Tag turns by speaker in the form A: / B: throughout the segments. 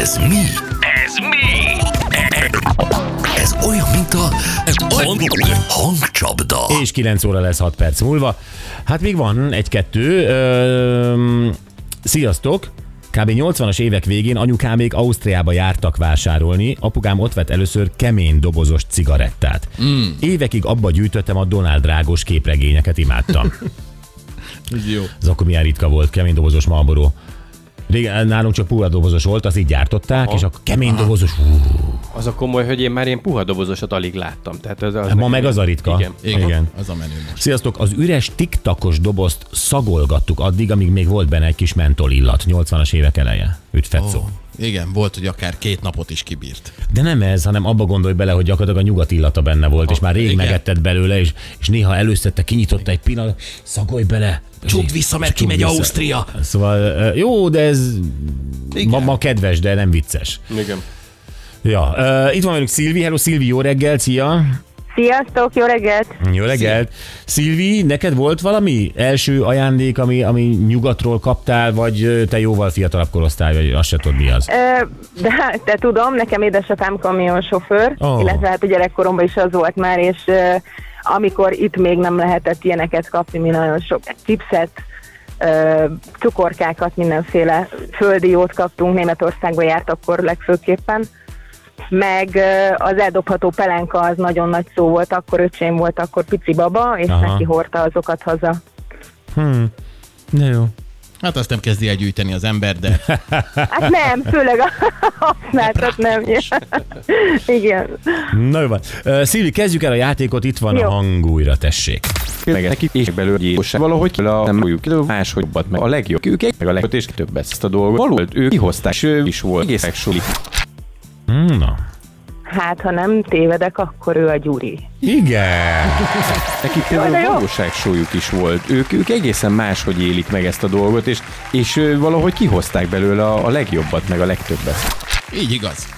A: Ez mi?
B: Ez mi?
A: Ez olyan, mint a hangcsapda.
C: És 9 óra lesz 6 perc múlva. Hát még van egy-kettő. Öm, Sziasztok! Kb. 80-as évek végén anyukámék Ausztriába jártak vásárolni, apukám ott vett először kemény dobozos cigarettát. Mm. Évekig abba gyűjtöttem a Donald Rágos képregényeket, imádtam.
D: Ez jó.
C: Ez akkor milyen ritka volt, kemény dobozos Marlboro. Régen nálunk csak puha dobozos volt, azt így gyártották, és akkor kemény dobozos, hú,
E: Az a komoly, hogy én már ilyen puha dobozosat alig láttam. Tehát az, az
C: Hát ma
E: nekem-
C: meg az a ritka.
E: Igen.
C: Igen.
D: Az a menő most.
C: Sziasztok! Az üres tiktakos dobozt szagolgattuk addig, amíg még volt benne egy kis mentol illat. 80-as évek eleje. Üdv Fetszó. Oh.
D: Igen, volt, hogy akár két napot is kibírt.
C: De nem ez, hanem abba gondolj bele, hogy gyakorlatilag a nyugat illata benne volt, és már rég
D: igen.
C: megetted belőle, és, és néha előszedte, kinyitotta egy pillanat, szagolj bele.
D: Csukd vissza, mert
C: És csukd
D: kimegy
C: vissza.
D: Ausztria.
C: Szóval ö, jó, de ez ma, ma kedves, de nem vicces.
E: Igen.
C: Ja, uh, itt van velünk Szilvi. Hello Szilvi, jó reggel, szia!
F: Sziasztok, jó reggelt!
C: Jó reggelt! Szilvi, neked volt valami első ajándék, ami, ami nyugatról kaptál, vagy ö, te jóval fiatalabb korosztály, vagy azt se tudod mi az?
F: Ö, De hát, te tudom, nekem édesapám kamionsofőr,
C: Ó.
F: oh. illetve hát a gyerekkoromban is az volt már, és ö, amikor itt még nem lehetett ilyeneket kapni, mi nagyon sok chipset, ö, cukorkákat, mindenféle földi jót kaptunk, Németországba járt akkor legfőképpen, meg ö, az eldobható pelenka az nagyon nagy szó volt, akkor öcsém volt, akkor pici baba, és
C: Aha.
F: neki hordta azokat haza.
C: Na jó.
D: Hát azt nem kezdi el gyűjteni az ember, de
F: Hát nem, főleg a használtat nem. Igen.
C: Na jó van. Ö, Szilvi, kezdjük el a játékot, itt van jó.
F: Jó.
C: a hang újra, tessék.
B: Meg neki és belőle gyilkosság. Valahogy kell a nem újjuk idő máshogyabbat meg a legjobb ők meg a legjobb és több ezt a dolgot. Valóban ő kihozták, és ő is volt egész suli.
C: Mm, Na.
F: Hát, ha nem tévedek, akkor ő a Gyuri.
C: Igen.
B: Nekik
F: Jaj,
B: például
F: de jó.
B: valóság súlyuk is volt. Ők, ők egészen máshogy élik meg ezt a dolgot, és, és ö, valahogy kihozták belőle a, a legjobbat, meg a legtöbbet.
D: így igaz.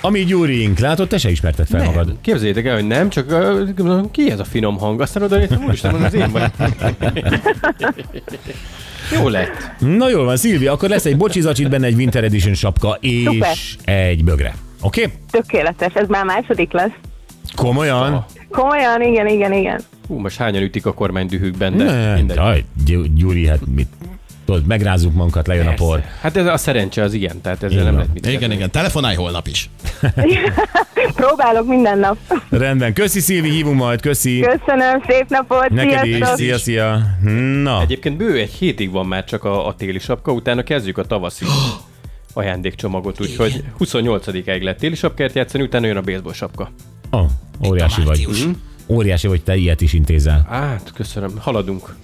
C: Ami Gyurink, látod, te se ismerted fel nem. magad.
E: Képzeljétek el, hogy nem, csak ö, gondolom, ki ez a finom hang? Aztán oda néztem, úristen, mondom, az én vagyok. Jó lett.
C: Na jól van, Szilvi, akkor lesz egy bocsizacsit, benne egy Winter Edition sapka, és
F: Szuper.
C: egy bögre. Oké? Okay?
F: Tökéletes, ez már második lesz.
C: Komolyan?
F: Komolyan, igen, igen, igen.
E: Hú, most hányan ütik a kormány dühükben, de
C: Ne,
E: mindegy.
C: Jaj, Gy- Gyuri, hát mit? Tudod, megrázzuk magunkat, lejön
E: Persze.
C: a por.
E: Hát ez a szerencse az ilyen, tehát ezzel
C: van.
E: nem lehet mit
D: Igen,
E: kezdeni.
D: igen, telefonálj holnap is.
F: Próbálok minden nap.
C: Rendben, köszi Szilvi, hívunk majd, köszi.
F: Köszönöm, szép napot,
C: Neked is,
F: sziasztok!
C: szia, szia. Na,
E: Egyébként bő egy hétig van már csak a, a téli sapka, utána kezdjük a tavaszi ajándékcsomagot, úgyhogy 28-áig lehet téli sapkát játszani, utána jön a baseball sapka.
C: oh, óriási vagy. Hmm? Óriási vagy, te ilyet is intézel.
E: Hát, köszönöm, haladunk.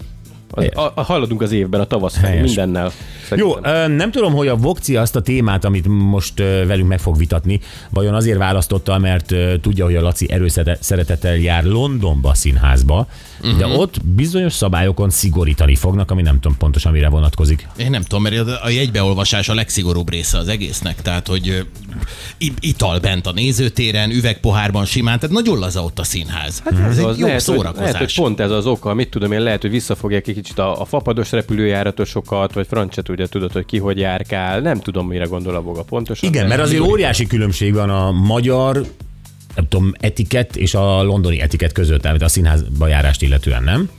E: Az, a, a, haladunk az évben a tavasz felé,
C: Helyes.
E: mindennel.
C: Jó,
E: Szerintem.
C: ö, nem tudom, hogy a Vokci azt a témát, amit most ö, velünk meg fog vitatni, vajon azért választotta, mert ö, tudja, hogy a Laci erőszeretettel jár Londonba a színházba, uh-huh. de ott bizonyos szabályokon szigorítani fognak, ami nem tudom pontosan mire vonatkozik.
D: Én nem tudom, mert a jegybeolvasás a legszigorúbb része az egésznek, tehát hogy ö, i- ital bent a nézőtéren, üvegpohárban simán, tehát nagyon laza ott a színház. Hát ez egy jobb
E: Szóval lehet, hogy,
D: szórakozás.
E: lehet, hogy pont ez az oka, mit tudom én, lehet, hogy visszafogják egy kicsit a, a fapados repülőjáratosokat, vagy francia tudja, tudod, hogy ki hogy járkál, nem tudom, mire gondol a boga pontosan.
C: Igen,
E: de-
C: mert azért óriási különbség van a magyar nem tudom, etikett és a londoni etikett között, amit a színházba járást illetően, nem?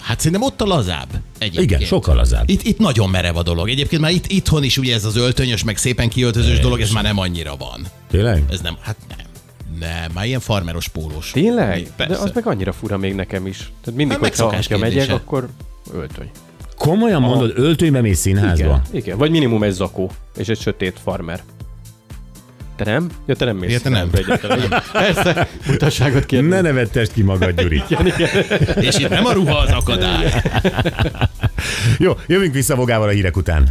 D: Hát szerintem ott a lazább egyébként.
C: Igen, sokkal lazább.
D: Itt, itt nagyon merev a dolog. Egyébként már itt, itthon is ugye ez az öltönyös, meg szépen kiöltözős dolog, ez már nem annyira van.
C: Tényleg?
D: Ez nem, hát nem. Nem, már ilyen farmeros pólós.
E: Tényleg? De
D: Hm, Persze.
E: az meg annyira fura még nekem is. Tehát mindig,
D: Hát
E: hogyha
D: megszokás
E: ha megyek,
D: kérdése.
E: akkor öltöny.
C: Komolyan mondod, öltönybe mész színházba?
E: Igen, igen, vagy minimum egy zakó, és egy sötét farmer. Te nem? Ja, te nem mész.
D: Ja, te nem.
E: Egyetlen. Persze, mutasságot kérni.
C: Ne nevettest ki magad, Gyuri.
D: És itt nem a ruha az akadály.
C: Jó, jövünk vissza Vogával a hírek után.